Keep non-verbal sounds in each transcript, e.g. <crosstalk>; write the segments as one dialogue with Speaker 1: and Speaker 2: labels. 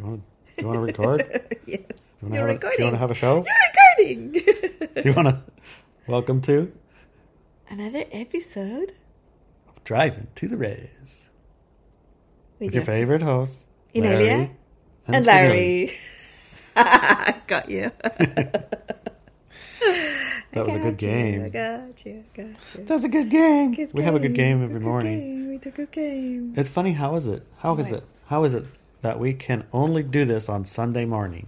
Speaker 1: You want to, you want to record?
Speaker 2: <laughs> yes.
Speaker 1: Do you want to
Speaker 2: You're
Speaker 1: have a, do you
Speaker 2: recording.
Speaker 1: want to have a
Speaker 2: <laughs>
Speaker 1: show?
Speaker 2: You're recording. <laughs>
Speaker 1: Do you want to welcome to
Speaker 2: Another episode.
Speaker 1: of Driving to the Rays
Speaker 2: We
Speaker 1: with your
Speaker 2: got-
Speaker 1: favorite hosts,
Speaker 2: Inelia And Larry. <laughs> got you.
Speaker 1: That was a good game.
Speaker 2: I got you. I got you.
Speaker 1: That's a good game.
Speaker 2: Good
Speaker 1: we have a good game every
Speaker 2: Good
Speaker 1: morning.
Speaker 2: game. We do good game.
Speaker 1: It's funny. How is it? How is
Speaker 2: What?
Speaker 1: it? How is it that we can only do this on Sunday morning?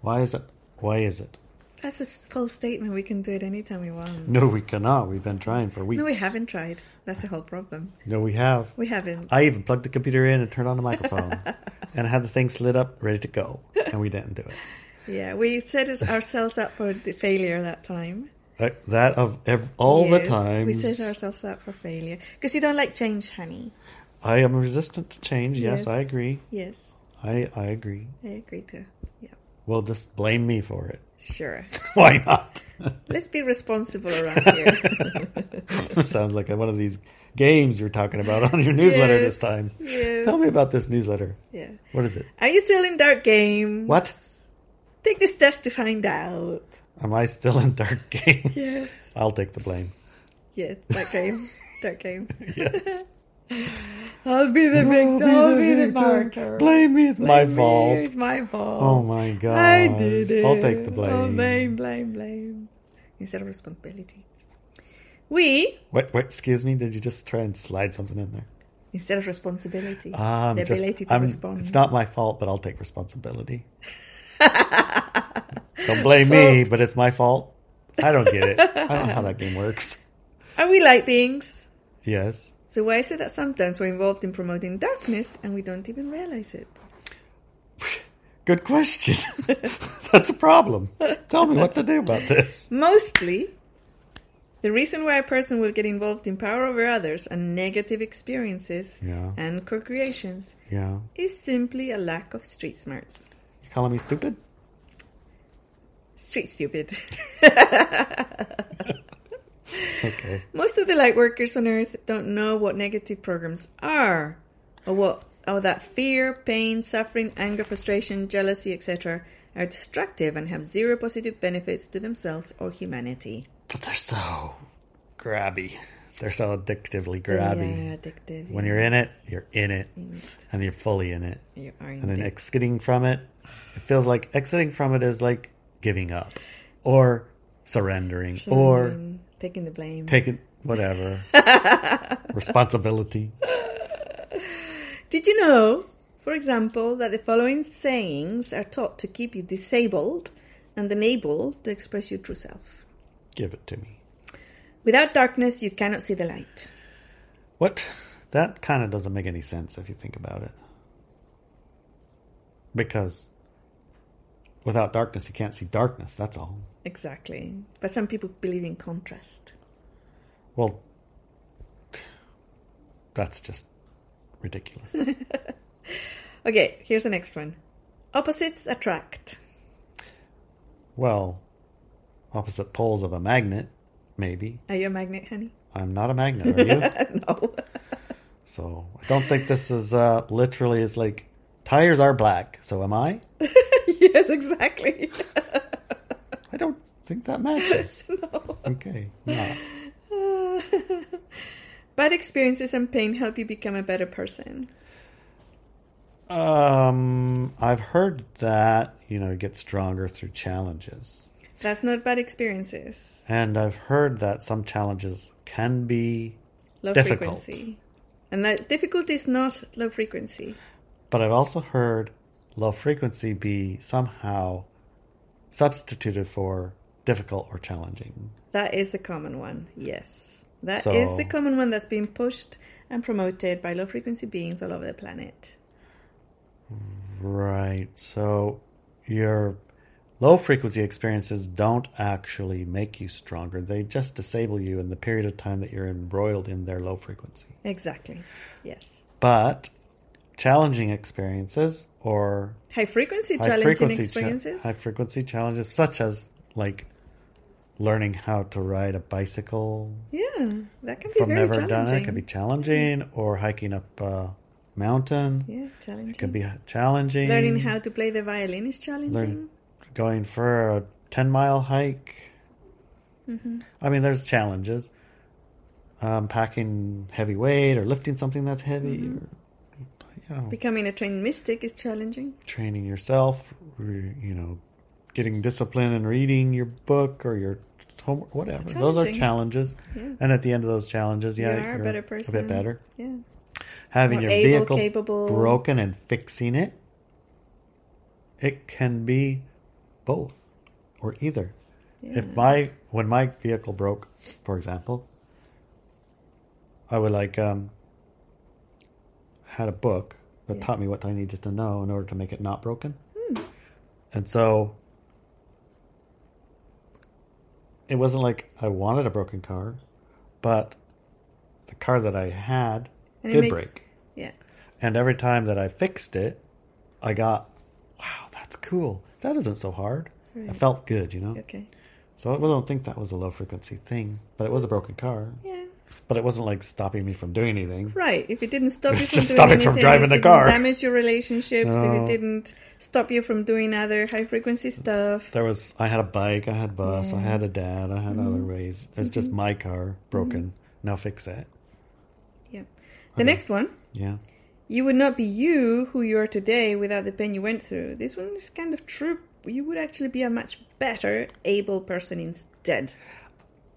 Speaker 1: Why is it? Why is it?
Speaker 2: That's a s- full statement. We can do it anytime we want.
Speaker 1: No, we cannot. We've been trying for weeks.
Speaker 2: No, we haven't tried. That's the whole problem.
Speaker 1: No, we have.
Speaker 2: We haven't.
Speaker 1: I even plugged the computer in and turned on the
Speaker 2: <laughs>
Speaker 1: microphone, and I had the thing slid up, ready to go, and we didn't do it.
Speaker 2: yeah, we set us- ourselves up for the failure that time.
Speaker 1: That, Uh, that of ev- all
Speaker 2: Yes,
Speaker 1: the times.
Speaker 2: We set ourselves up for failure. Because you don't like change, honey.
Speaker 1: I am resistant to change. Yes, I
Speaker 2: Yes.
Speaker 1: agree.
Speaker 2: Yes,
Speaker 1: I, I agree.
Speaker 2: I agree too. Yeah,
Speaker 1: Well, just blame me for it. <laughs>
Speaker 2: sure.
Speaker 1: Why not?
Speaker 2: Let's be responsible around
Speaker 1: <laughs>
Speaker 2: here.
Speaker 1: Sounds like one of these games you're talking about on your <laughs> newsletter this time.
Speaker 2: Yes, yes.
Speaker 1: Tell me about this newsletter.
Speaker 2: Yeah.
Speaker 1: What is it?
Speaker 2: Are you still in dark games?
Speaker 1: What?
Speaker 2: Take this test to find out.
Speaker 1: Am I still in dark <laughs> games?
Speaker 2: Yes.
Speaker 1: I'll take the
Speaker 2: <laughs>
Speaker 1: blame.
Speaker 2: Yeah, dark game.
Speaker 1: <laughs>
Speaker 2: dark game.
Speaker 1: Yes.
Speaker 2: <laughs> I'll be the victim. I'll be the, martyr.
Speaker 1: Blame me. It's my
Speaker 2: Blame me,
Speaker 1: fault.
Speaker 2: It's my fault.
Speaker 1: Oh my god.
Speaker 2: I did it.
Speaker 1: I'll take the blame.
Speaker 2: Oh, blame, blame, blame. Instead of responsibility. We,
Speaker 1: What, what, excuse me? Did you just try and slide something in there?
Speaker 2: instead of responsibility,
Speaker 1: Um,
Speaker 2: the
Speaker 1: just-
Speaker 2: ability to
Speaker 1: I'm-
Speaker 2: respond.
Speaker 1: It's not my fault, but I'll take
Speaker 2: <laughs>
Speaker 1: responsibility. don't blame me,
Speaker 2: Fault.
Speaker 1: but it's my fault. I don't get it. I don't know how
Speaker 2: <laughs>
Speaker 1: that game works.
Speaker 2: Are we light beings?
Speaker 1: Yes.
Speaker 2: So why is it that sometimes we're involved in promoting darkness and we don't even realize it?
Speaker 1: Good question. <laughs> That's a problem. Tell me what to do about this.
Speaker 2: Mostly, the reason why a person will get involved in power over others and negative experiences
Speaker 1: Yeah.
Speaker 2: and co-creations
Speaker 1: Yeah.
Speaker 2: is simply a lack of street smarts.
Speaker 1: You calling me stupid?
Speaker 2: Street stupid. <laughs>
Speaker 1: Okay.
Speaker 2: Most of the light workers on Earth don't know what negative programs are, or what, or that fear, pain, suffering, anger, frustration, jealousy, etc., are destructive and have zero positive benefits to themselves or humanity.
Speaker 1: But they're so grabby. They're so addictively
Speaker 2: They are
Speaker 1: grabby.
Speaker 2: addictive.
Speaker 1: When you're in it, you're in it.
Speaker 2: In it.
Speaker 1: And you're fully in it.
Speaker 2: You are
Speaker 1: and then
Speaker 2: indeed.
Speaker 1: exiting from it it feels like exiting from it is like giving up or surrendering, or
Speaker 2: Surrendering, taking the blame.
Speaker 1: taking
Speaker 2: <laughs>
Speaker 1: whatever responsibility
Speaker 2: Did you know, for example, that the following sayings are taught to keep you disabled and unable to express your true self?
Speaker 1: give it to me
Speaker 2: Without darkness, you cannot see the light.
Speaker 1: what that kind of doesn't make any sense if you think about it because without darkness you can't see darkness that's all
Speaker 2: Exactly. But some people believe in contrast.
Speaker 1: well that's just ridiculous
Speaker 2: Okay, here's the next one. Opposites attract.
Speaker 1: well opposite poles of a magnet maybe
Speaker 2: Are you a
Speaker 1: <laughs>
Speaker 2: magnet, honey? <laughs>
Speaker 1: I'm not a magnet, are you?
Speaker 2: no. <laughs>
Speaker 1: so I don't think this is uh, literally is like tires are black. So am I?
Speaker 2: yes, exactly. <laughs>
Speaker 1: I don't think that matches. Okay, no.
Speaker 2: <laughs> Bad experiences and pain help you become a better person.
Speaker 1: Um, I've heard that you know you get stronger through challenges,
Speaker 2: That's not bad experiences.
Speaker 1: and I've heard that some challenges can be,
Speaker 2: Low
Speaker 1: Difficult.
Speaker 2: frequency. And that difficulty is not low frequency.
Speaker 1: but I've also heard low frequency be somehow substituted for difficult or challenging.
Speaker 2: That is the common one, yes. that is
Speaker 1: So-
Speaker 2: the common one that's being pushed and promoted by low frequency beings all over the planet.
Speaker 1: Right. So your low frequency experiences don't actually make you stronger. They just disable you in the period of time that you're embroiled in their low frequency.
Speaker 2: Exactly. Yes.
Speaker 1: But challenging experiences or
Speaker 2: High frequency
Speaker 1: high
Speaker 2: challenging
Speaker 1: frequency cha-
Speaker 2: experiences.
Speaker 1: high frequency challenges such as like learning how to ride a bicycle
Speaker 2: yeah, that can be
Speaker 1: from
Speaker 2: very
Speaker 1: never
Speaker 2: challenging.
Speaker 1: done it can be challenging or hiking up uh, mountain.
Speaker 2: Yeah, challenging.
Speaker 1: It can be challenging.
Speaker 2: Learning how to play the violin is challenging.
Speaker 1: Learn- going for a 10 mile hike.
Speaker 2: Mm-hmm.
Speaker 1: I mean, there's challenges. Um, packing heavy weight or lifting something that's heavy
Speaker 2: Mm-hmm.
Speaker 1: or, you know,
Speaker 2: Becoming a trained mystic is challenging.
Speaker 1: training yourself, re- you know, getting discipline and reading your book or your homework, whatever. Those are
Speaker 2: Challenging.
Speaker 1: challenges.
Speaker 2: Yeah.
Speaker 1: And at the end of those challenges, yeah,
Speaker 2: you are a better person.
Speaker 1: bit better.
Speaker 2: Yeah.
Speaker 1: Having your
Speaker 2: More able,
Speaker 1: vehicle
Speaker 2: capable.
Speaker 1: broken and fixing it, it can be both or either.
Speaker 2: yeah.
Speaker 1: If my when my vehicle broke, for example, I would like um had a book that
Speaker 2: Yeah. Hmm.
Speaker 1: taught me what I needed to know in order to make it not broken. And so it wasn't like I wanted a broken car, but the car that I had
Speaker 2: And it
Speaker 1: did
Speaker 2: make-
Speaker 1: break.
Speaker 2: yeah.
Speaker 1: And every time that I fixed it, I got, wow, that's cool. That isn't so hard. It
Speaker 2: Right.
Speaker 1: felt good, you know?
Speaker 2: Okay.
Speaker 1: So I don't think that was a low frequency thing, but it was a broken car.
Speaker 2: Yeah.
Speaker 1: But it wasn't like stopping me from doing anything.
Speaker 2: Right. If it didn't stop
Speaker 1: It's
Speaker 2: you from
Speaker 1: just
Speaker 2: doing
Speaker 1: stopping
Speaker 2: anything,
Speaker 1: from driving
Speaker 2: it
Speaker 1: the
Speaker 2: didn't
Speaker 1: car.
Speaker 2: damage your relationships, if
Speaker 1: No.
Speaker 2: it didn't stop you from doing other high frequency stuff.
Speaker 1: There was I had a bike, I had bus, I had a dad, I had
Speaker 2: Mm-hmm.
Speaker 1: other ways. It's just my car broken. Now fix it.
Speaker 2: Yeah. The next one.
Speaker 1: Yeah.
Speaker 2: You would not be you who you are today without the pain you went through. This one is kind of true. You would actually be a much better, able person instead.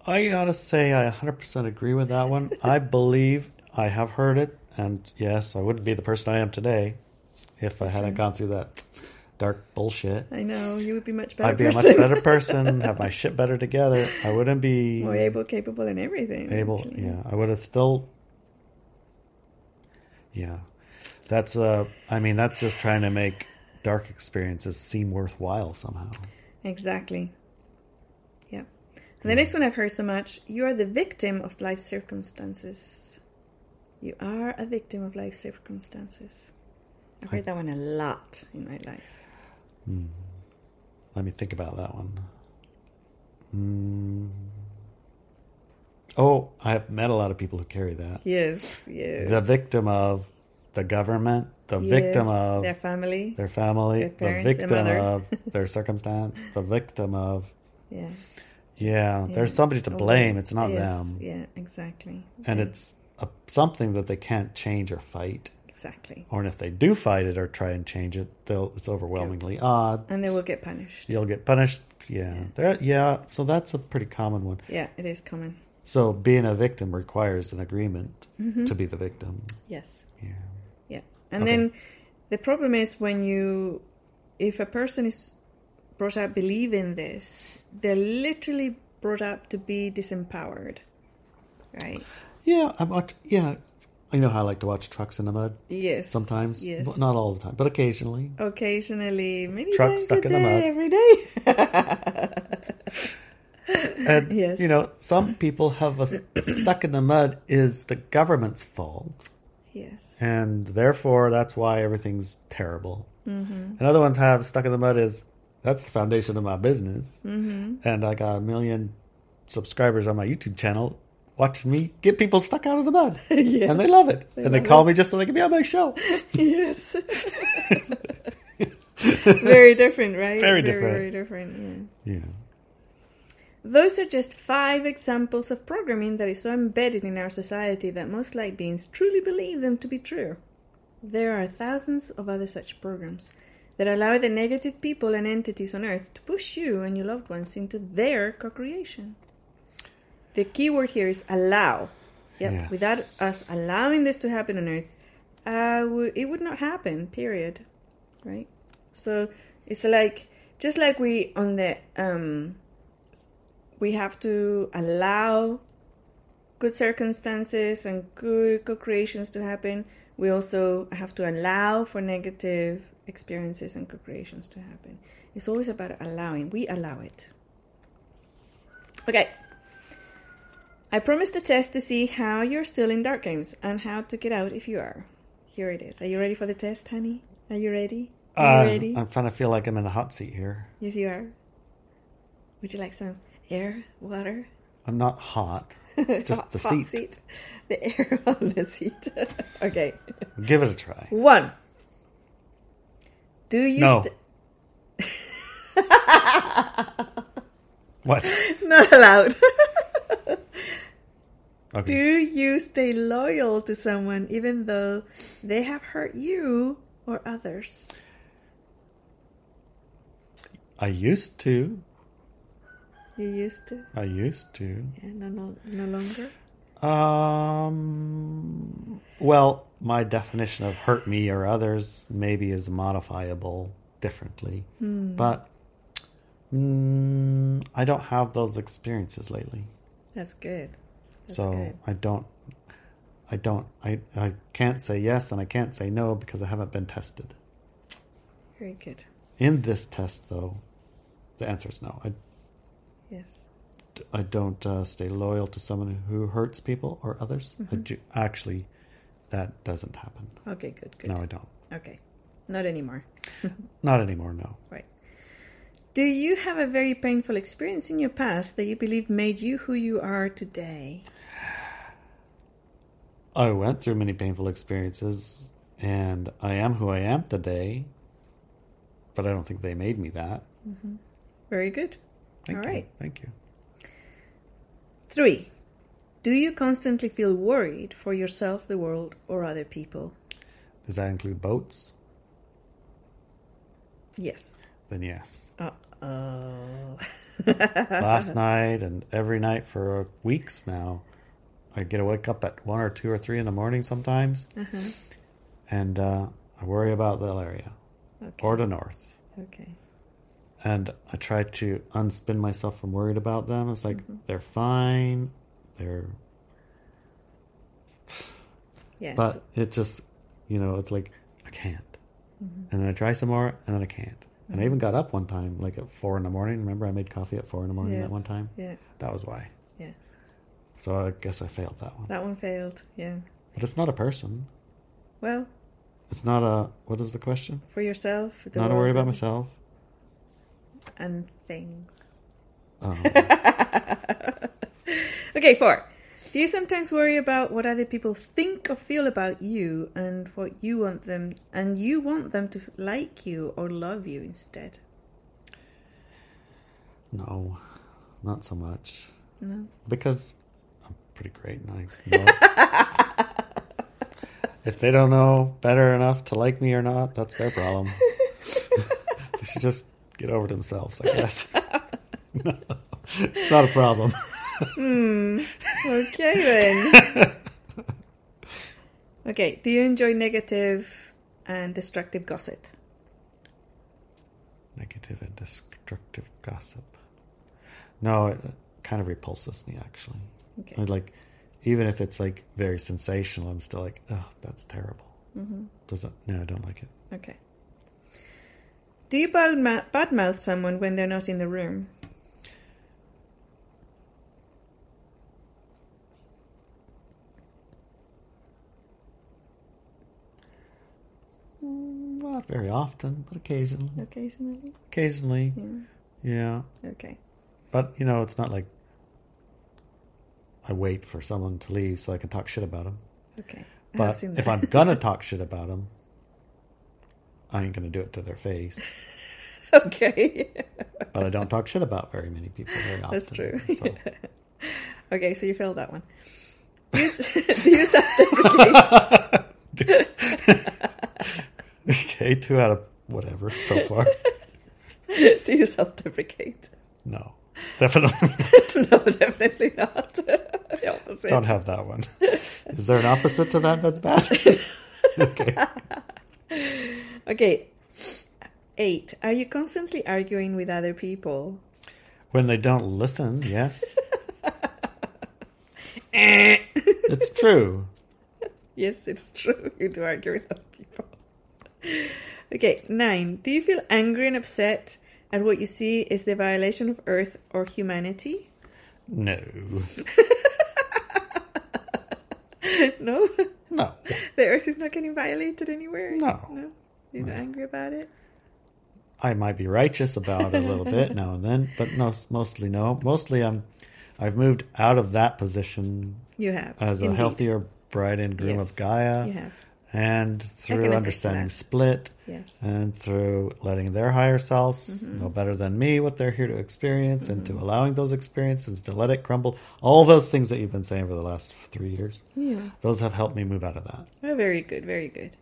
Speaker 1: I gotta say, I 100% agree with that one.
Speaker 2: <laughs>
Speaker 1: I believe I have heard it, and yes, I wouldn't be the person I am today if I hadn't gone through that dark bullshit.
Speaker 2: I know you would be much better.
Speaker 1: I'd be
Speaker 2: person.
Speaker 1: a much better person, have my shit better together. I wouldn't be
Speaker 2: <laughs> More able, capable, and everything.
Speaker 1: able
Speaker 2: actually.
Speaker 1: yeah i would have still yeah that's uh i mean that's just trying to make dark experiences seem worthwhile somehow
Speaker 2: Exactly. Yeah. And the next one I've heard so much you are the victim of life circumstances. You are a victim of life circumstances. I've heard that one a lot in my life.
Speaker 1: Hmm. let me think about that one mm. oh i've met a lot of people who carry that
Speaker 2: Yes, yes.
Speaker 1: the victim of the government the victim
Speaker 2: Yes,
Speaker 1: of
Speaker 2: their family.
Speaker 1: their family
Speaker 2: their
Speaker 1: the
Speaker 2: parents, their
Speaker 1: victim
Speaker 2: mother.
Speaker 1: of their circumstance the victim of
Speaker 2: yeah.
Speaker 1: yeah,
Speaker 2: yeah.
Speaker 1: there's somebody to
Speaker 2: Oh,
Speaker 1: blame it's not
Speaker 2: yes,
Speaker 1: them
Speaker 2: Yeah, exactly.
Speaker 1: and
Speaker 2: Yeah,
Speaker 1: it's a, something that they can't change or fight.
Speaker 2: exactly.
Speaker 1: Or if they do fight it or try and change it, they'll it's overwhelmingly odd.
Speaker 2: And they will get punished.
Speaker 1: You'll get punished. Yeah, There- yeah. So that's a pretty common one.
Speaker 2: Yeah, it is common.
Speaker 1: So being a victim requires an agreement
Speaker 2: Mm-hmm.
Speaker 1: to be the victim.
Speaker 2: Yes.
Speaker 1: Yeah.
Speaker 2: Yeah. And
Speaker 1: Okay.
Speaker 2: then the problem is when you, if a person is brought up believing this, they're literally brought up to be disempowered. Right?
Speaker 1: Yeah. I watch. Yeah. You know how I like to watch trucks in the mud
Speaker 2: Yes.
Speaker 1: sometimes.
Speaker 2: Yes.
Speaker 1: Well, not all the time, but occasionally.
Speaker 2: Occasionally, many
Speaker 1: Truck
Speaker 2: times
Speaker 1: stuck
Speaker 2: a
Speaker 1: in the
Speaker 2: day,
Speaker 1: mud.
Speaker 2: every day.
Speaker 1: <laughs> And
Speaker 2: <laughs> Yes.
Speaker 1: you know, some people have a stuck in the mud is the government's fault.
Speaker 2: yes.
Speaker 1: and therefore that's why everything's terrible.
Speaker 2: Mm-hmm.
Speaker 1: And other ones have stuck in the mud is that's the foundation of my business, mm-hmm. and I got a million subscribers on my YouTube channel watching me get people stuck out of the mud,
Speaker 2: <laughs> Yes.
Speaker 1: and they love it,
Speaker 2: They
Speaker 1: and they
Speaker 2: love
Speaker 1: call
Speaker 2: it.
Speaker 1: me just so they can be on my
Speaker 2: <laughs>
Speaker 1: show. <laughs>
Speaker 2: yes. very different, right?
Speaker 1: Very different.
Speaker 2: Very, very different, yeah.
Speaker 1: Yeah,
Speaker 2: Those are just five examples of programming that is so embedded in our society that most light beings truly believe them to be true. There are thousands of other such programs that allow the negative people and entities on Earth to push you and your loved ones into their co creation. The key word here is allow. Yep.
Speaker 1: Yes.
Speaker 2: Without us allowing this to happen on Earth, uh, w- it would not happen, period. Right? So it's like, just like we on the. Um, we have to allow good circumstances and good co-creations to happen we also have to allow for negative experiences and co-creations to happen it's always about allowing we allow it okay i promised a test to see how you're still in dark games and how to get out if you are here it is are you ready for the test honey are you ready are
Speaker 1: Uh,
Speaker 2: you ready
Speaker 1: I'm trying to feel like I'm in a hot seat here.
Speaker 2: yes you are would you like some air water <laughs>
Speaker 1: I'm not hot. It's just
Speaker 2: Hot-
Speaker 1: the
Speaker 2: hot
Speaker 1: seat.
Speaker 2: the air <laughs> on the seat. okay.
Speaker 1: Give it a try.
Speaker 2: One. Do you.
Speaker 1: No.
Speaker 2: st-
Speaker 1: What?
Speaker 2: <laughs> Not allowed. <laughs>
Speaker 1: Okay.
Speaker 2: Do you stay loyal to someone even though they have hurt you or others?
Speaker 1: I used to.
Speaker 2: You used to.
Speaker 1: I used to.
Speaker 2: Yeah, no, no, no longer.
Speaker 1: Um. Well, my definition of hurt me or others maybe is modifiable differently,
Speaker 2: Hmm.
Speaker 1: but mm, I don't have those experiences lately.
Speaker 2: That's good. That's
Speaker 1: so
Speaker 2: good.
Speaker 1: I don't. I don't. I I can't say yes and I can't say no because I haven't been tested.
Speaker 2: Very good.
Speaker 1: In this test, though, the answer is no. I
Speaker 2: Yes.
Speaker 1: I don't uh, stay loyal to someone who hurts people or others.
Speaker 2: Mm-hmm.
Speaker 1: I do, actually, that doesn't happen.
Speaker 2: Okay, good, good.
Speaker 1: No, I don't.
Speaker 2: Okay. Not anymore.
Speaker 1: Not anymore. No.
Speaker 2: Right. Do you have a very painful experience in your past that you believe made you who you are today?
Speaker 1: I went through many painful experiences, and I am who I am today. But I don't think they made me that.
Speaker 2: Very good.
Speaker 1: Thank
Speaker 2: All
Speaker 1: you.
Speaker 2: right.
Speaker 1: Thank you.
Speaker 2: Three. Do you constantly feel worried for yourself, the world, or other people?
Speaker 1: Does that include boats?
Speaker 2: Yes.
Speaker 1: Then
Speaker 2: <laughs>
Speaker 1: yes.
Speaker 2: Uh oh.
Speaker 1: Last night and every night for uh, weeks now, I get to wake up at one or two or three in the morning sometimes,
Speaker 2: Uh-huh.
Speaker 1: and uh, I worry about the area
Speaker 2: Okay.
Speaker 1: or the north.
Speaker 2: Okay.
Speaker 1: and I try to unspin myself from worried about them. It's like
Speaker 2: Mm-hmm.
Speaker 1: they're fine, they're
Speaker 2: Yes.
Speaker 1: but it just you know it's like I can't,
Speaker 2: Mm-hmm.
Speaker 1: and then I try some more, and then I can't. And I even got up one time, like at four in the morning. Remember, I made coffee at four in the morning
Speaker 2: Yes.
Speaker 1: that one time.
Speaker 2: Yeah.
Speaker 1: That was why.
Speaker 2: Yeah.
Speaker 1: So I guess I failed that one.
Speaker 2: That one failed. Yeah.
Speaker 1: But it's not a person.
Speaker 2: Well,
Speaker 1: It's not a. What is the question?
Speaker 2: for yourself. the
Speaker 1: not a worry
Speaker 2: world,
Speaker 1: about
Speaker 2: <laughs>
Speaker 1: myself.
Speaker 2: And things.
Speaker 1: Um,
Speaker 2: <laughs> Okay, four. Do you sometimes worry about what other people think or feel about you and what you want them and you want them to like you or love you instead?
Speaker 1: no, not so much.
Speaker 2: No.
Speaker 1: Because I'm pretty great and I know it. If they don't know better enough to like me or not, that's their problem. they should just get over themselves, I guess. <laughs> no, it's not a problem.
Speaker 2: Hmm.
Speaker 1: <laughs>
Speaker 2: Okay then. okay, do you enjoy negative and destructive gossip?
Speaker 1: Negative and destructive gossip. No, it kind of repulses me, actually.
Speaker 2: Okay.
Speaker 1: I like, even if it's like very sensational, I'm still like, oh, that's terrible.
Speaker 2: Mhm.
Speaker 1: Doesn't, no, I don't like it.
Speaker 2: Okay. Do you badmou- badmouth someone when they're not in the room?
Speaker 1: Mm, Not very often, but occasionally.
Speaker 2: Occasionally.
Speaker 1: Occasionally,
Speaker 2: Yeah.
Speaker 1: yeah.
Speaker 2: Okay.
Speaker 1: But you know, it's not like I wait for someone to leave so I can talk shit about them.
Speaker 2: Okay. I have
Speaker 1: But
Speaker 2: seen
Speaker 1: if
Speaker 2: that.
Speaker 1: I'm gonna talk shit about them, I ain't gonna do it to their face.
Speaker 2: <laughs> okay.
Speaker 1: But I don't talk shit about very many people very often.
Speaker 2: That's true. <laughs>
Speaker 1: So
Speaker 2: Okay, so you failed that one. Do you, <laughs> do you
Speaker 1: <laughs>
Speaker 2: self-deprecate?
Speaker 1: okay, two out of whatever so far.
Speaker 2: do you self-deprecate? <laughs>
Speaker 1: No, definitely
Speaker 2: no, definitely not. <laughs> the opposite.
Speaker 1: don't have that one. Is there an opposite to that that's
Speaker 2: <laughs>
Speaker 1: bad? okay.
Speaker 2: Okay. Eight. Are you constantly arguing with other people? <laughs>
Speaker 1: When they don't listen, yes,
Speaker 2: Eh.
Speaker 1: it's true.
Speaker 2: yes, it's true. <laughs> You do argue with other people. <laughs> Okay. Nine. Do you feel angry and upset at what you see is the violation of Earth or humanity? <laughs>
Speaker 1: No,
Speaker 2: no,
Speaker 1: no,
Speaker 2: the Earth is not getting violated anywhere.
Speaker 1: No.
Speaker 2: No. You're not
Speaker 1: No.
Speaker 2: angry about it.
Speaker 1: I might be righteous about it a little
Speaker 2: <laughs>
Speaker 1: bit um, now and then, but no, mostly no. Mostly I'm, I've moved out of that position
Speaker 2: You have.
Speaker 1: as a
Speaker 2: indeed.
Speaker 1: healthier bride and groom
Speaker 2: Yes,
Speaker 1: of Gaia,
Speaker 2: You have.
Speaker 1: and
Speaker 2: can attest
Speaker 1: through
Speaker 2: to
Speaker 1: understanding
Speaker 2: that.
Speaker 1: split,
Speaker 2: Yes.
Speaker 1: and through letting their higher selves
Speaker 2: Mm-hmm.
Speaker 1: know better than me what they're here to experience, and to allowing those experiences to let it crumble. All those things that you've been saying for the last three years,
Speaker 2: yeah.
Speaker 1: those have helped me move out of that.
Speaker 2: Oh, very good, very good.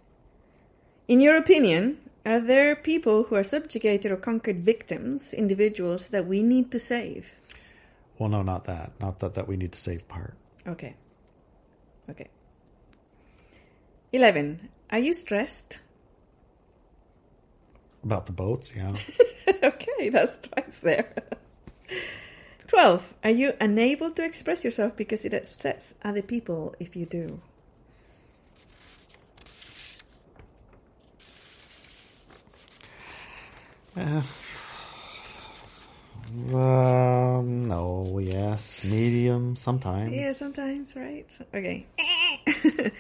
Speaker 2: In your opinion, are there people who are subjugated or conquered victims, individuals that we need to save?
Speaker 1: Well, no, not that, not that that we need to save part.
Speaker 2: Okay. Okay. 11. Are you stressed? <laughs>
Speaker 1: About the boats, yeah.
Speaker 2: okay, that's twice there. <laughs> 12. Are you unable to express yourself because it upsets other people if you do?
Speaker 1: um, no, yes, medium, sometimes.
Speaker 2: Yeah, sometimes, right? Okay. <laughs>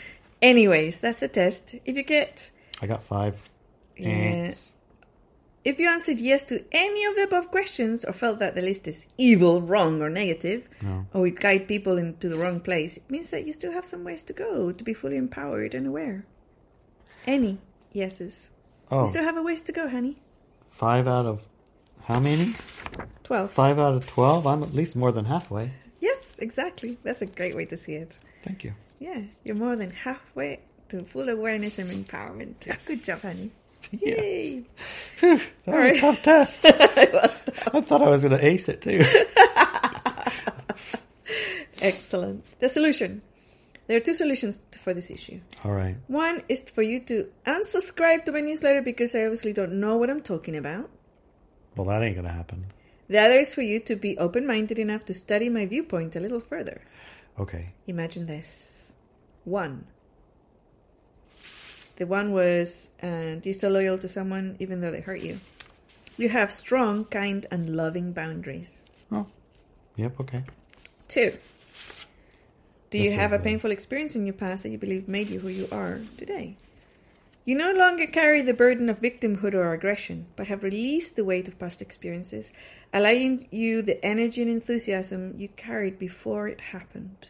Speaker 2: Anyways, that's the test. If you get
Speaker 1: I got five.
Speaker 2: Yeah.
Speaker 1: Ants.
Speaker 2: If you answered yes to any of the above questions or felt that the list is evil, wrong, or negative,
Speaker 1: No.
Speaker 2: or would guide people into the wrong place, it means that you still have some ways to go to be fully empowered and aware. Any yeses. You
Speaker 1: Oh,
Speaker 2: still have a ways to go, honey.
Speaker 1: five out of how many?
Speaker 2: 12.
Speaker 1: Five out of twelve. I'm at least more than halfway.
Speaker 2: Yes, exactly. That's a great way to see it.
Speaker 1: Thank you.
Speaker 2: Yeah, you're more than halfway to full awareness and empowerment. <laughs> Good job, honey.
Speaker 1: <laughs>
Speaker 2: <laughs>
Speaker 1: Yes.
Speaker 2: Yay!
Speaker 1: That
Speaker 2: All
Speaker 1: was
Speaker 2: right.
Speaker 1: a tough test. <laughs>
Speaker 2: It was
Speaker 1: I thought I was going to ace it
Speaker 2: <laughs>
Speaker 1: too.
Speaker 2: Excellent. The solution. There are two solutions for this issue.
Speaker 1: All right.
Speaker 2: One is for you to unsubscribe to my newsletter because I obviously don't know what I'm talking about.
Speaker 1: Well, that ain't going to happen.
Speaker 2: The other is for you to be open minded enough to study my viewpoint a little further.
Speaker 1: Okay.
Speaker 2: Imagine this. One. The one was, uh, do you still loyal to someone even though they hurt you? You have strong, kind, and loving boundaries.
Speaker 1: Oh. Yep. Okay.
Speaker 2: Two. Do you
Speaker 1: This
Speaker 2: have
Speaker 1: is
Speaker 2: a
Speaker 1: the-
Speaker 2: painful experience in your past that you believe made you who you are today? You no longer carry the burden of victimhood or aggression, but have released the weight of past experiences, allowing you the energy and enthusiasm you carried before it happened.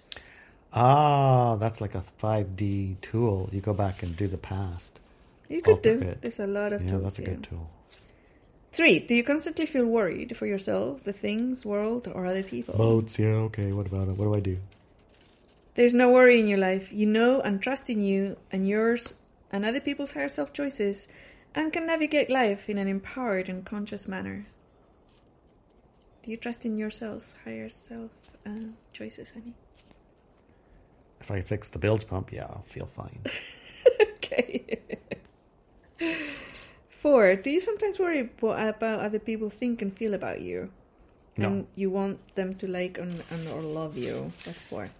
Speaker 1: Ah, that's like a 5D tool. You go back and do the past.
Speaker 2: You could
Speaker 1: Alter
Speaker 2: do.
Speaker 1: it.
Speaker 2: There's a lot of
Speaker 1: Yeah,
Speaker 2: tools.
Speaker 1: that's a
Speaker 2: yeah.
Speaker 1: good tool.
Speaker 2: Three. Do you constantly feel worried for yourself, the things, world, or other people?
Speaker 1: Boats. Yeah. Okay. What about it? What do I do?
Speaker 2: There's no worry in your life. You know and trust in you and yours and other people's higher self choices and can navigate life in an empowered and conscious manner. Do you trust in yourself's higher self uh, choices, honey? <laughs>
Speaker 1: If I fix the bilge pump, yeah, I'll feel fine.
Speaker 2: okay. <laughs> Four, do you sometimes worry bo- about other people think and feel about you?
Speaker 1: No.
Speaker 2: And you want them to like and, and or love you. That's four.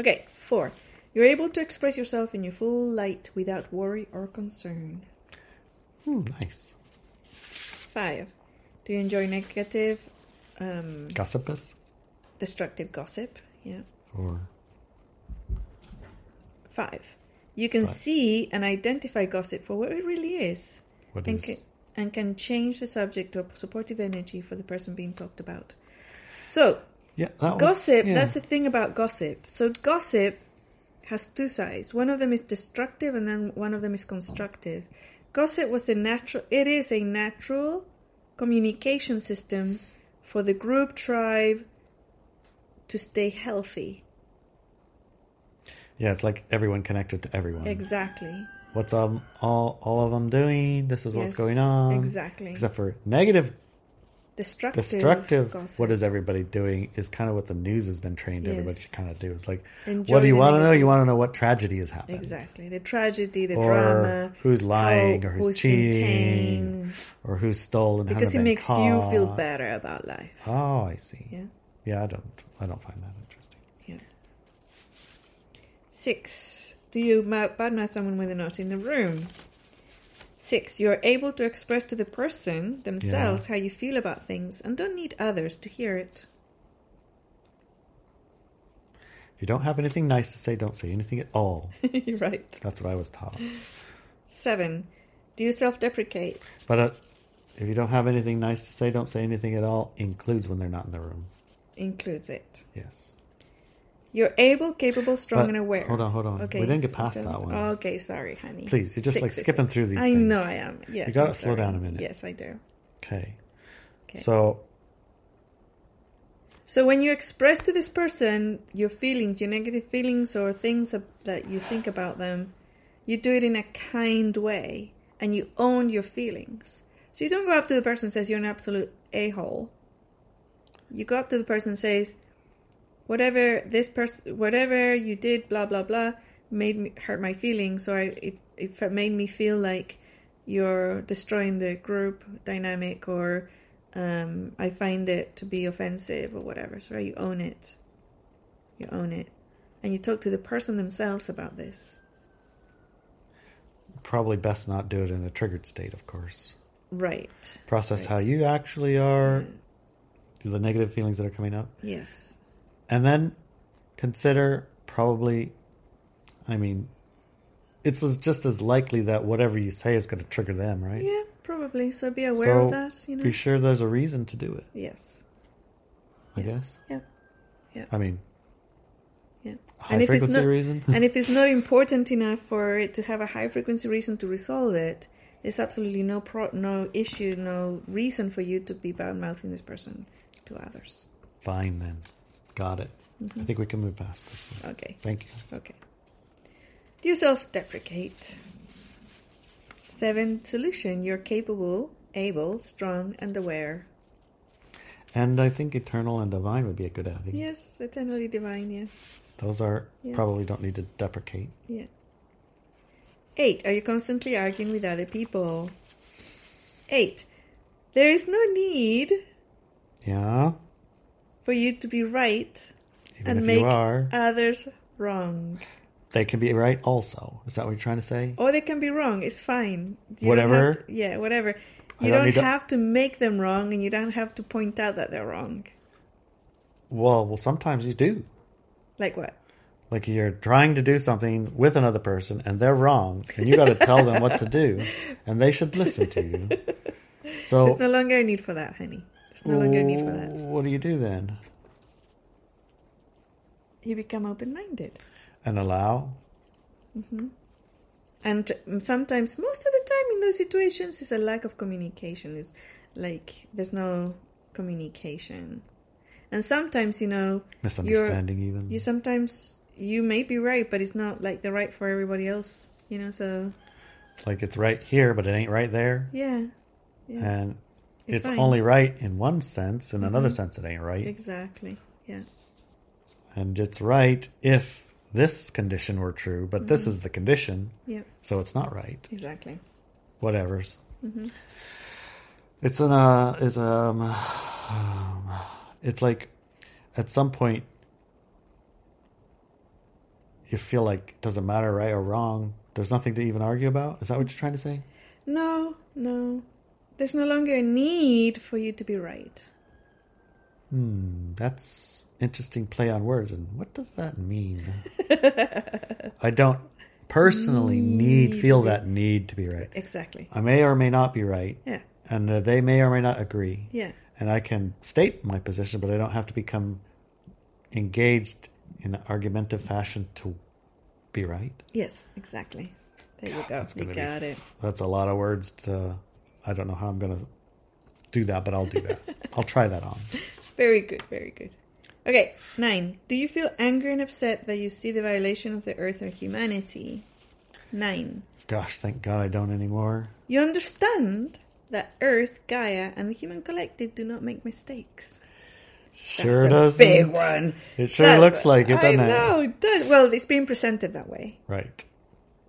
Speaker 2: Okay, four. You're able to express yourself in your full light without worry or concern.
Speaker 1: Hmm, nice.
Speaker 2: Five. Do you enjoy negative, um,
Speaker 1: Gossipus
Speaker 2: destructive gossip? Yeah.
Speaker 1: or
Speaker 2: Five. You can
Speaker 1: Right.
Speaker 2: see and identify gossip for what it really is.
Speaker 1: what
Speaker 2: and
Speaker 1: is?
Speaker 2: can, and can change the subject to a supportive energy for the person being talked about. So,
Speaker 1: Yeah, that was-
Speaker 2: gossip,
Speaker 1: Oh, yeah.
Speaker 2: that's the thing about gossip. So, gossip has two sides. One of them is destructive and then one of them is constructive. Gossip was the natural it is a natural communication system for the group tribe to stay healthy.
Speaker 1: Yeah, it's like everyone connected to everyone.
Speaker 2: Exactly.
Speaker 1: What's um all all of them doing? This is what's
Speaker 2: Yes,
Speaker 1: going on.
Speaker 2: exactly.
Speaker 1: Except for negative,
Speaker 2: Destructive.
Speaker 1: destructive.
Speaker 2: gossip.
Speaker 1: What is everybody doing? Is kind of what the news has been trained everybody
Speaker 2: Yes.
Speaker 1: to kind of do. It's like,
Speaker 2: Enjoy
Speaker 1: what do you
Speaker 2: the
Speaker 1: want to know?
Speaker 2: negative.
Speaker 1: You want to know what tragedy has happened.
Speaker 2: Exactly. The tragedy, the
Speaker 1: Or
Speaker 2: drama.
Speaker 1: who's lying,
Speaker 2: how-
Speaker 1: or who's,
Speaker 2: In
Speaker 1: cheating,
Speaker 2: pain,
Speaker 1: or who's stolen. how
Speaker 2: because
Speaker 1: they've
Speaker 2: it
Speaker 1: been
Speaker 2: makes you feel
Speaker 1: caught.
Speaker 2: better about life.
Speaker 1: Oh, I see. Yeah.
Speaker 2: Yeah.
Speaker 1: I don't. I don't find that interesting.
Speaker 2: Yeah. Six. Do you ma- badmouth someone when they're not in the room? Six. You're able to express to the person themselves how you feel about things and don't need others to hear it. <laughs>
Speaker 1: If you don't have anything nice to say, don't say anything at all.
Speaker 2: You're right.
Speaker 1: That's what I was taught.
Speaker 2: Seven. Do you self deprecate?
Speaker 1: But uh, if you don't have anything nice to say, don't say anything at all. Includes when they're not in the room.
Speaker 2: Includes it.
Speaker 1: Yes.
Speaker 2: You're able, capable, strong,
Speaker 1: But-
Speaker 2: and aware.
Speaker 1: Hold on, hold on.
Speaker 2: Okay,
Speaker 1: we didn't get
Speaker 2: so
Speaker 1: past
Speaker 2: that
Speaker 1: that
Speaker 2: was-
Speaker 1: one.
Speaker 2: Okay, sorry, honey.
Speaker 1: Please, you're just,
Speaker 2: Six,
Speaker 1: like,
Speaker 2: six,
Speaker 1: skipping
Speaker 2: six.
Speaker 1: through these
Speaker 2: I
Speaker 1: things.
Speaker 2: know I am. Yes,
Speaker 1: You gotta
Speaker 2: I'm
Speaker 1: slow
Speaker 2: sorry.
Speaker 1: down a minute.
Speaker 2: Yes, I do.
Speaker 1: Okay.
Speaker 2: Okay.
Speaker 1: So
Speaker 2: So when you express to this person your feelings, your negative feelings or things ab- that you think about them, you do it in a kind way and you own your feelings. So you don't go up to the person and says you're an absolute a-hole. You go up to the person and says whatever this person whatever you did blah blah blah made me hurt my feelings so I it, it fe- made me feel like you're destroying the group dynamic or um, I find it to be offensive or whatever. So right, you own it. You own it. And you talk to the person themselves about this.
Speaker 1: probably best not do it in a triggered state, of course.
Speaker 2: Right.
Speaker 1: Process
Speaker 2: Right.
Speaker 1: how you actually are, the negative feelings that are coming up,
Speaker 2: Mm, Yes.
Speaker 1: and then consider probably. I mean, it's as- just as likely that whatever you say is going to trigger them, right?
Speaker 2: Yeah, probably. So be aware
Speaker 1: so
Speaker 2: of that, you know.
Speaker 1: be sure there's a reason to do it.
Speaker 2: Yes.
Speaker 1: I guess.
Speaker 2: Yeah. Yeah.
Speaker 1: I mean,
Speaker 2: Yeah.
Speaker 1: high
Speaker 2: And if it's
Speaker 1: frequency
Speaker 2: not
Speaker 1: reason.
Speaker 2: <laughs> and if it's not important enough for it to have a high frequency reason to resolve it, there's absolutely no pro- no issue, no reason for you to be bad mouthing this person to others.
Speaker 1: Fine then. Got it. I think we can move past this one.
Speaker 2: Mm-hmm. Okay.
Speaker 1: Thank you.
Speaker 2: Okay. Do you self deprecate? Seven solution. You're capable, able, strong, and aware.
Speaker 1: And I think eternal and divine would be a good outing.
Speaker 2: Yes, eternally divine, yes.
Speaker 1: Those are
Speaker 2: Yeah.
Speaker 1: probably don't need to deprecate.
Speaker 2: Yeah. Eight. Are you constantly arguing with other people? Eight. There is no need
Speaker 1: Yeah.
Speaker 2: for you to be right
Speaker 1: Even
Speaker 2: and
Speaker 1: if
Speaker 2: make
Speaker 1: you are,
Speaker 2: others wrong.
Speaker 1: they can be right also. Is that what you're trying to say?
Speaker 2: Or they can be wrong. It's fine. don't
Speaker 1: Whatever.
Speaker 2: have to- yeah, whatever.
Speaker 1: I
Speaker 2: You
Speaker 1: don't
Speaker 2: don't,
Speaker 1: need to-
Speaker 2: have to make them wrong, and you don't have to point out that they're wrong.
Speaker 1: Well, well, sometimes you do.
Speaker 2: Like what?
Speaker 1: Like you're trying to do something with another person and they're wrong, and you got to tell them what to
Speaker 2: <laughs>
Speaker 1: do, and they should listen to you. So
Speaker 2: There's no longer a need for that, honey. There's no longer a need for that.
Speaker 1: What do you do then?
Speaker 2: You become open-minded,
Speaker 1: And allow?
Speaker 2: and sometimes, most of the time, in those situations, it's a lack of communication. It's like there's no communication, and sometimes you know
Speaker 1: Misunderstanding even.
Speaker 2: you sometimes you may be right, but it's not like the right for everybody else. You know, so
Speaker 1: It's like it's right here, but it ain't right there.
Speaker 2: yeah, yeah,
Speaker 1: And
Speaker 2: It's
Speaker 1: Uh, it's,
Speaker 2: fine. Mm-hmm.
Speaker 1: only right in one sense, in another sense, it ain't right.
Speaker 2: exactly, yeah.
Speaker 1: And it's right if this condition were true, but this is the condition,
Speaker 2: Mm-hmm. Yep,
Speaker 1: so it's not right.
Speaker 2: exactly.
Speaker 1: Whatever's. It's an, uh, it's, um, it's like at some point you feel like it doesn't matter right or wrong. There's nothing to even argue about. Is that what you're trying to say?
Speaker 2: No, no. There's no longer a need for you to be right.
Speaker 1: Hmm, that's interesting play on words. And what does that mean? I don't personally need,
Speaker 2: <laughs> Need
Speaker 1: feel
Speaker 2: to be-
Speaker 1: that need to be right.
Speaker 2: Exactly.
Speaker 1: I may or may not be right,
Speaker 2: Yeah,
Speaker 1: and uh, they may or may not agree.
Speaker 2: yeah,
Speaker 1: And I can state my position, but I don't have to become engaged in an argumentative fashion to be right.
Speaker 2: yes, exactly. There you
Speaker 1: God,
Speaker 2: go.
Speaker 1: that's
Speaker 2: You
Speaker 1: gonna be
Speaker 2: got it.
Speaker 1: That's a lot of words to. I don't know how I'm going to do that, but I'll do
Speaker 2: <laughs>
Speaker 1: that. I'll try that on.
Speaker 2: Very good, very good. Okay, nine. Do you feel angry and upset that you see the violation of the earth or humanity? Nine.
Speaker 1: Gosh, thank God I don't anymore.
Speaker 2: You understand that Earth, Gaia, and the human collective do not make mistakes.
Speaker 1: Sure
Speaker 2: That's a
Speaker 1: doesn't.
Speaker 2: big one.
Speaker 1: It sure
Speaker 2: That's-
Speaker 1: looks like it, doesn't
Speaker 2: I know,
Speaker 1: it?
Speaker 2: it does. Well, it's being presented that way.
Speaker 1: Right.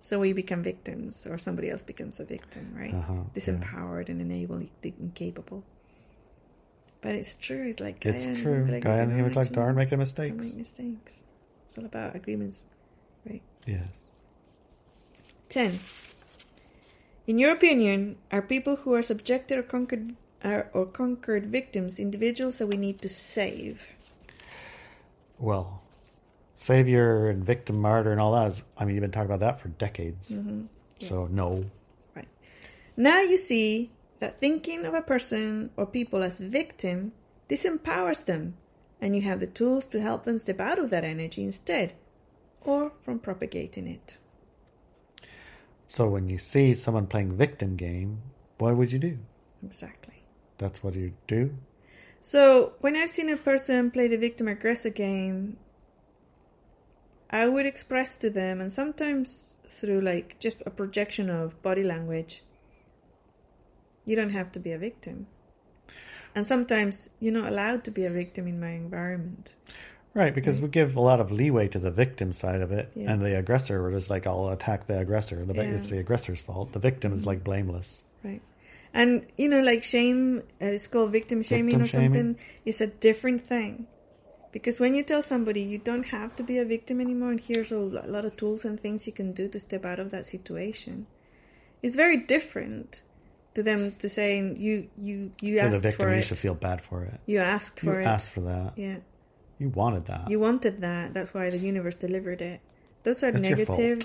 Speaker 2: So we become victims, or somebody else becomes a victim, right?
Speaker 1: Uh-huh, yeah.
Speaker 2: Disempowered and enabled, incapable. But it's true. It's like
Speaker 1: It's
Speaker 2: Gaia and
Speaker 1: true.
Speaker 2: human collective
Speaker 1: Guy
Speaker 2: do
Speaker 1: and
Speaker 2: not
Speaker 1: human
Speaker 2: actually
Speaker 1: collector aren't making
Speaker 2: don't
Speaker 1: mistakes.
Speaker 2: make mistakes. It's all about agreements, right?
Speaker 1: Yes.
Speaker 2: 10. In your opinion, are people who are subjected or conquered are, or conquered victims individuals that we need to save?
Speaker 1: Well, savior and victim, martyr, and all that. Is, I mean, you've been talking about that for decades.
Speaker 2: Mm-hmm.
Speaker 1: So no,
Speaker 2: Right. Now you see that thinking of a person or people as victim disempowers them and you have the tools to help them step out of that energy instead, or from propagating it.
Speaker 1: So when you see someone playing victim game, what would you do?
Speaker 2: Exactly.
Speaker 1: That's what you do.
Speaker 2: So when I've seen a person play the victim aggressor game, I would express to them, and sometimes through like just a projection of body language, you don't have to be a victim. And sometimes you're not allowed to be a victim in my environment.
Speaker 1: Right, because we give a lot of leeway to the victim side of it,
Speaker 2: Yeah.
Speaker 1: and the aggressor we're just like, I'll attack the aggressor. The vic-
Speaker 2: Yeah. Mm-hmm.
Speaker 1: It's the aggressor's fault. The victim is like blameless.
Speaker 2: Right. And you know, like shame, uh, it's called victim shaming
Speaker 1: Victim
Speaker 2: or
Speaker 1: shaming.
Speaker 2: something. It's a different thing, because when you tell somebody you don't have to be a victim anymore, and here's a lo- lot of tools and things you can do to step out of that situation, it's very different to them to saying you you you
Speaker 1: For the
Speaker 2: asked
Speaker 1: victim,
Speaker 2: for
Speaker 1: you
Speaker 2: it.
Speaker 1: should feel bad for it.
Speaker 2: you asked
Speaker 1: You
Speaker 2: for it.
Speaker 1: asked for that.
Speaker 2: Yeah,
Speaker 1: You wanted that.
Speaker 2: you wanted that. That's why the universe delivered it. Those are
Speaker 1: That's your
Speaker 2: negative.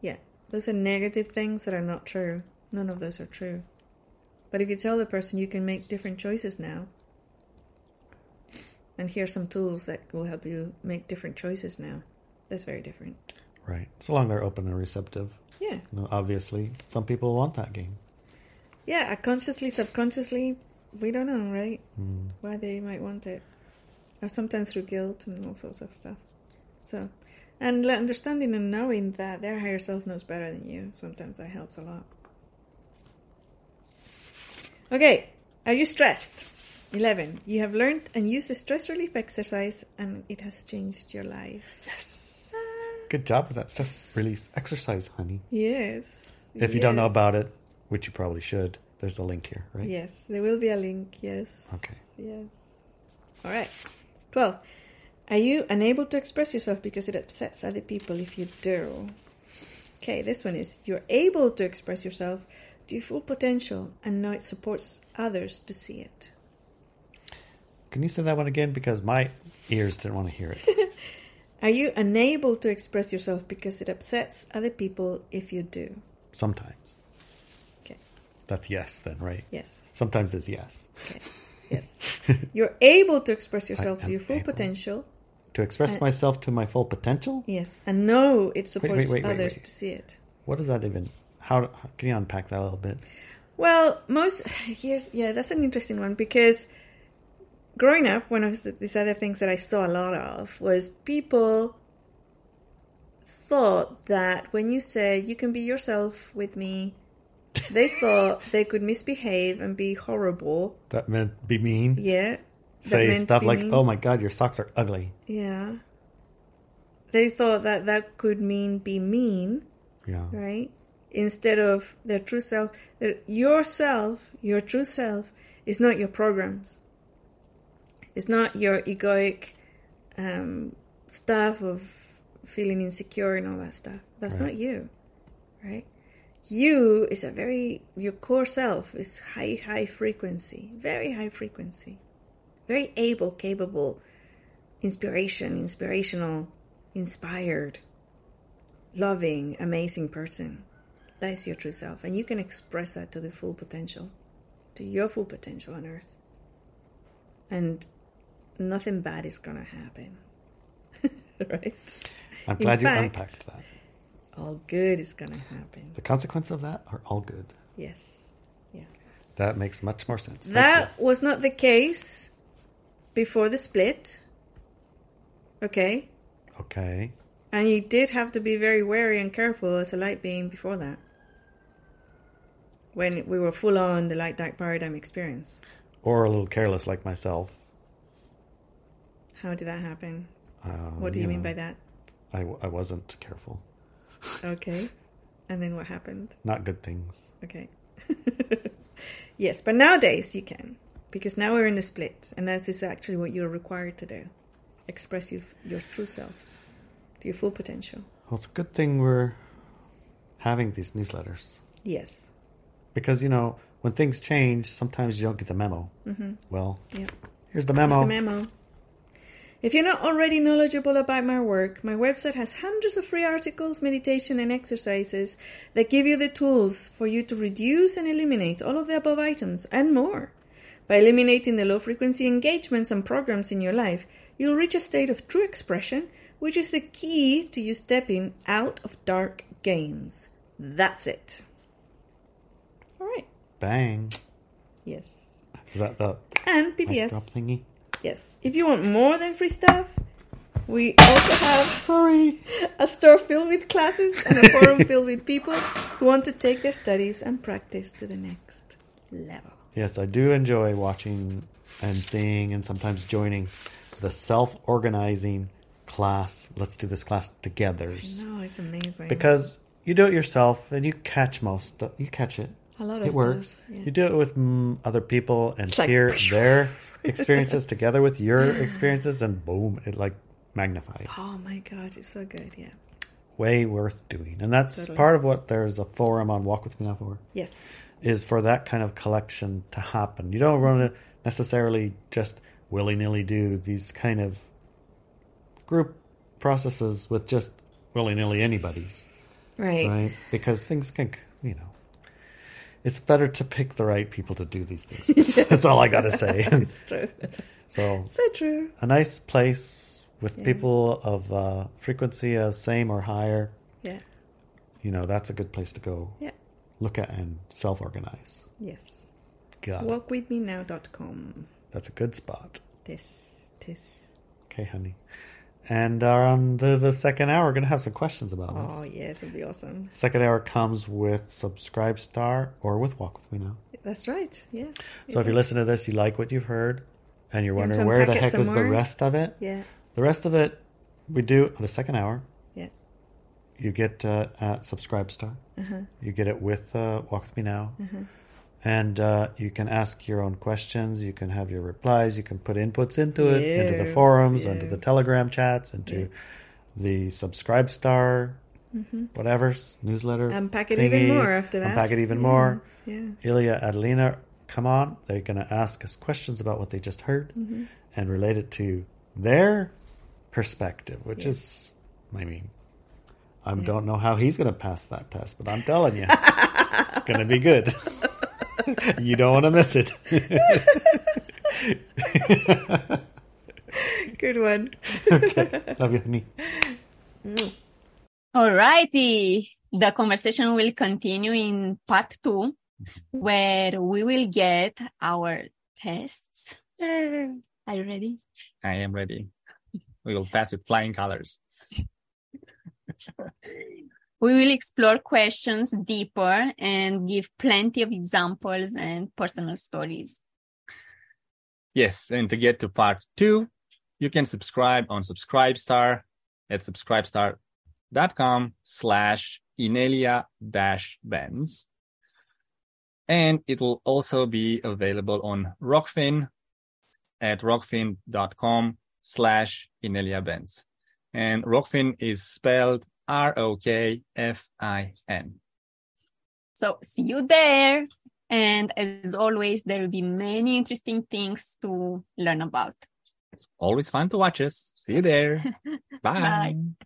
Speaker 2: Yeah, those are negative things that are not true. None of those are true. But if you tell the person you can make different choices now, and here are some tools that will help you make different choices now, that's very different.
Speaker 1: Right. So long they're open and receptive.
Speaker 2: Yeah.
Speaker 1: You know, obviously, some people want that game.
Speaker 2: Yeah, consciously, subconsciously, we don't know, right?
Speaker 1: Mm.
Speaker 2: why they might want it, or sometimes through guilt and all sorts of stuff. So, and le- understanding and knowing that their higher self knows better than you, sometimes that helps a lot. Okay, are you stressed? 11. You have learned and used the stress relief exercise, and it has changed your life. Ah.
Speaker 1: Yes. Good job with that stress release exercise, honey.
Speaker 2: Yes.
Speaker 1: If you don't know about it,
Speaker 2: yes.
Speaker 1: which you probably should, there's a link here, right?
Speaker 2: Yes, there will be a link. Yes.
Speaker 1: Okay.
Speaker 2: Yes. All right. 12. Are you unable to express yourself because it upsets other people if you do? Okay, this one is you're able to express yourself to your full potential and know it supports others to see it.
Speaker 1: Can you say that one again? Because my ears didn't want to hear
Speaker 2: <laughs>
Speaker 1: it.
Speaker 2: Are you unable to express yourself because it upsets other people if you do?
Speaker 1: Sometimes.
Speaker 2: Okay,
Speaker 1: That's yes, then, right?
Speaker 2: yes,
Speaker 1: Sometimes it's yes. <laughs>
Speaker 2: yes. You're able to express yourself
Speaker 1: am
Speaker 2: to your full
Speaker 1: able.
Speaker 2: potential,
Speaker 1: To express
Speaker 2: I-
Speaker 1: myself to my full potential?
Speaker 2: yes, and know it supports
Speaker 1: wait, wait,
Speaker 2: others
Speaker 1: wait.
Speaker 2: to see it.
Speaker 1: What does that even. How, how can you unpack that a little bit?
Speaker 2: Well, most here's yeah, that's an interesting one because growing up, one of th- these other things that I saw a lot of was people thought that when you said you can be yourself with me,
Speaker 1: <laughs>
Speaker 2: they thought they could misbehave and be horrible.
Speaker 1: That meant be mean.
Speaker 2: Yeah, that
Speaker 1: Say
Speaker 2: meant
Speaker 1: stuff
Speaker 2: be
Speaker 1: like,
Speaker 2: mean.
Speaker 1: "Oh my god, your socks are ugly."
Speaker 2: yeah. They thought that that could mean be mean.
Speaker 1: Yeah.
Speaker 2: right? Instead of their true self, their, your self, your true self, is not your programs. It's not your egoic um, stuff of feeling insecure and all that stuff. That's
Speaker 1: Right.
Speaker 2: not you, right? You is a very your core self is high, high frequency, very high frequency, very able, capable, inspiration, inspirational, inspired, loving, amazing person. That is your true self. And you can express that to the full potential, to your full potential on earth. And nothing bad is going to happen. <laughs> right?
Speaker 1: I'm
Speaker 2: In
Speaker 1: glad you
Speaker 2: fact-
Speaker 1: unpacked that.
Speaker 2: All good is going to happen.
Speaker 1: The consequences of that are all good.
Speaker 2: Yes. Yeah.
Speaker 1: That makes much more sense. Thank
Speaker 2: that was not the case before the split. Okay.
Speaker 1: you. Okay.
Speaker 2: And you did have to be very wary and careful as a light being before that. When we were full on the light dark paradigm experience.
Speaker 1: Or a little careless like myself.
Speaker 2: How did that happen?
Speaker 1: Um,
Speaker 2: What do you mean by
Speaker 1: know,
Speaker 2: that?
Speaker 1: I, w- I wasn't careful.
Speaker 2: Okay. And then what happened?
Speaker 1: Not good things.
Speaker 2: Okay. <laughs> yes, but nowadays you can. Because now we're in the split. And this is actually what you're required to do express your, your true self to your full potential.
Speaker 1: Well, it's a good thing we're having these newsletters
Speaker 2: Yes.
Speaker 1: because you know when things change, sometimes you don't get the memo.
Speaker 2: Mm-hmm.
Speaker 1: Well,
Speaker 2: Yep.
Speaker 1: here's the
Speaker 2: Here's
Speaker 1: memo.
Speaker 2: the memo. If you're not already knowledgeable about my work, my website has hundreds of free articles, meditation, and exercises that give you the tools for you to reduce and eliminate all of the above items and more. By eliminating the low frequency engagements and programs in your life, you'll reach a state of true expression, which is the key to you stepping out of dark games. That's it. All right.
Speaker 1: Bang.
Speaker 2: Yes.
Speaker 1: Is that the
Speaker 2: And
Speaker 1: mic drop
Speaker 2: PPS.
Speaker 1: thingy?
Speaker 2: Yes. If you want more than free stuff, we also have
Speaker 1: Sorry.
Speaker 2: a store filled with classes and a <laughs> forum filled with people who want to take their studies and practice to the next level.
Speaker 1: Yes, I do enjoy watching and seeing and sometimes joining the self organizing class. Let's do this class together.
Speaker 2: No, it's amazing.
Speaker 1: Because you do it yourself and you catch most, stu- you catch it.
Speaker 2: a lot of
Speaker 1: It works.
Speaker 2: stuff, yeah.
Speaker 1: You do it with mm, other people and
Speaker 2: It's like-
Speaker 1: hear
Speaker 2: <laughs>
Speaker 1: their experiences together with your experiences, and boom, it like magnifies.
Speaker 2: Oh my god, it's so good. Yeah.
Speaker 1: Way worth doing. And that's
Speaker 2: Totally.
Speaker 1: part of what there's a forum on Walk With Me Now for.
Speaker 2: Yes.
Speaker 1: is for that kind of collection to happen. You don't want to necessarily just willy nilly do these kind of group processes with just willy nilly anybody's,
Speaker 2: Right. <laughs>
Speaker 1: right? Because things can, you know, it's better to pick the right people to do these things. with.
Speaker 2: <laughs>
Speaker 1: That's all I got to say. <laughs>
Speaker 2: It's true.
Speaker 1: so,
Speaker 2: So true.
Speaker 1: a nice place with
Speaker 2: Yeah.
Speaker 1: people of uh, frequency of same or higher,
Speaker 2: Yeah.
Speaker 1: you know, that's a good place to go
Speaker 2: Yeah.
Speaker 1: look at and self organize.
Speaker 2: Yes.
Speaker 1: Got it.
Speaker 2: Walkwithmenow.com.
Speaker 1: That's a good spot.
Speaker 2: This. This.
Speaker 1: Okay, honey. And uh, on the, the second hour, we're going to have some questions about
Speaker 2: Oh
Speaker 1: this.
Speaker 2: yes, it'd be awesome.
Speaker 1: Second hour comes with Subscribe Star or with Walk With Me Now.
Speaker 2: That's right. Yes.
Speaker 1: So if you listen to this, you like what you've heard, and you're
Speaker 2: You want to
Speaker 1: wondering where the
Speaker 2: unpack it
Speaker 1: heck
Speaker 2: some
Speaker 1: is the
Speaker 2: more?
Speaker 1: rest of it,
Speaker 2: Yeah.
Speaker 1: the rest of it we do on the second hour.
Speaker 2: Yeah.
Speaker 1: You get uh, at Subscribe Star.
Speaker 2: Uh huh.
Speaker 1: You get it with uh, Walk With Me Now.
Speaker 2: Uh huh.
Speaker 1: And uh, you can ask your own questions. You can have your replies. You can put inputs into it, into the
Speaker 2: Yes,
Speaker 1: forums, into the
Speaker 2: yes.
Speaker 1: Telegram chats, into
Speaker 2: Yeah.
Speaker 1: the Subscribe Star, whatever newsletter.
Speaker 2: Mm-hmm. Unpack it even
Speaker 1: thingy.
Speaker 2: more after that. Mm-hmm.
Speaker 1: Unpack it even
Speaker 2: Yeah,
Speaker 1: more.
Speaker 2: Yeah.
Speaker 1: Ilya, Adelina, come on. They're going to ask us questions about what they just heard
Speaker 2: Mm-hmm.
Speaker 1: and relate it to their perspective, which
Speaker 2: Yes.
Speaker 1: is, I mean, I don't know how he's going to pass that test, but I'm telling you, it's going to be good. <laughs> you don't want to miss it. <laughs>
Speaker 2: Good one.
Speaker 1: okay. Love you, honey.
Speaker 3: Alrighty. The conversation will continue in part two, where we will get our tests. Are you ready?
Speaker 4: I am ready. We will pass with flying colors.
Speaker 3: We will explore questions deeper and give plenty of examples and personal stories.
Speaker 4: Yes, and to get to part two, you can subscribe on Subscribestar at subscribestar.com slash Inelia dash bands. And it will also be available on Rockfin at rockfin.com slash Inelia bands. And Rockfin is spelled R-O-K-F-I-N.
Speaker 3: So see you there. And as always, there will be many interesting things to learn about. <laughs>
Speaker 4: <laughs> It's always fun to watch us. See you there. Bye.
Speaker 3: Bye.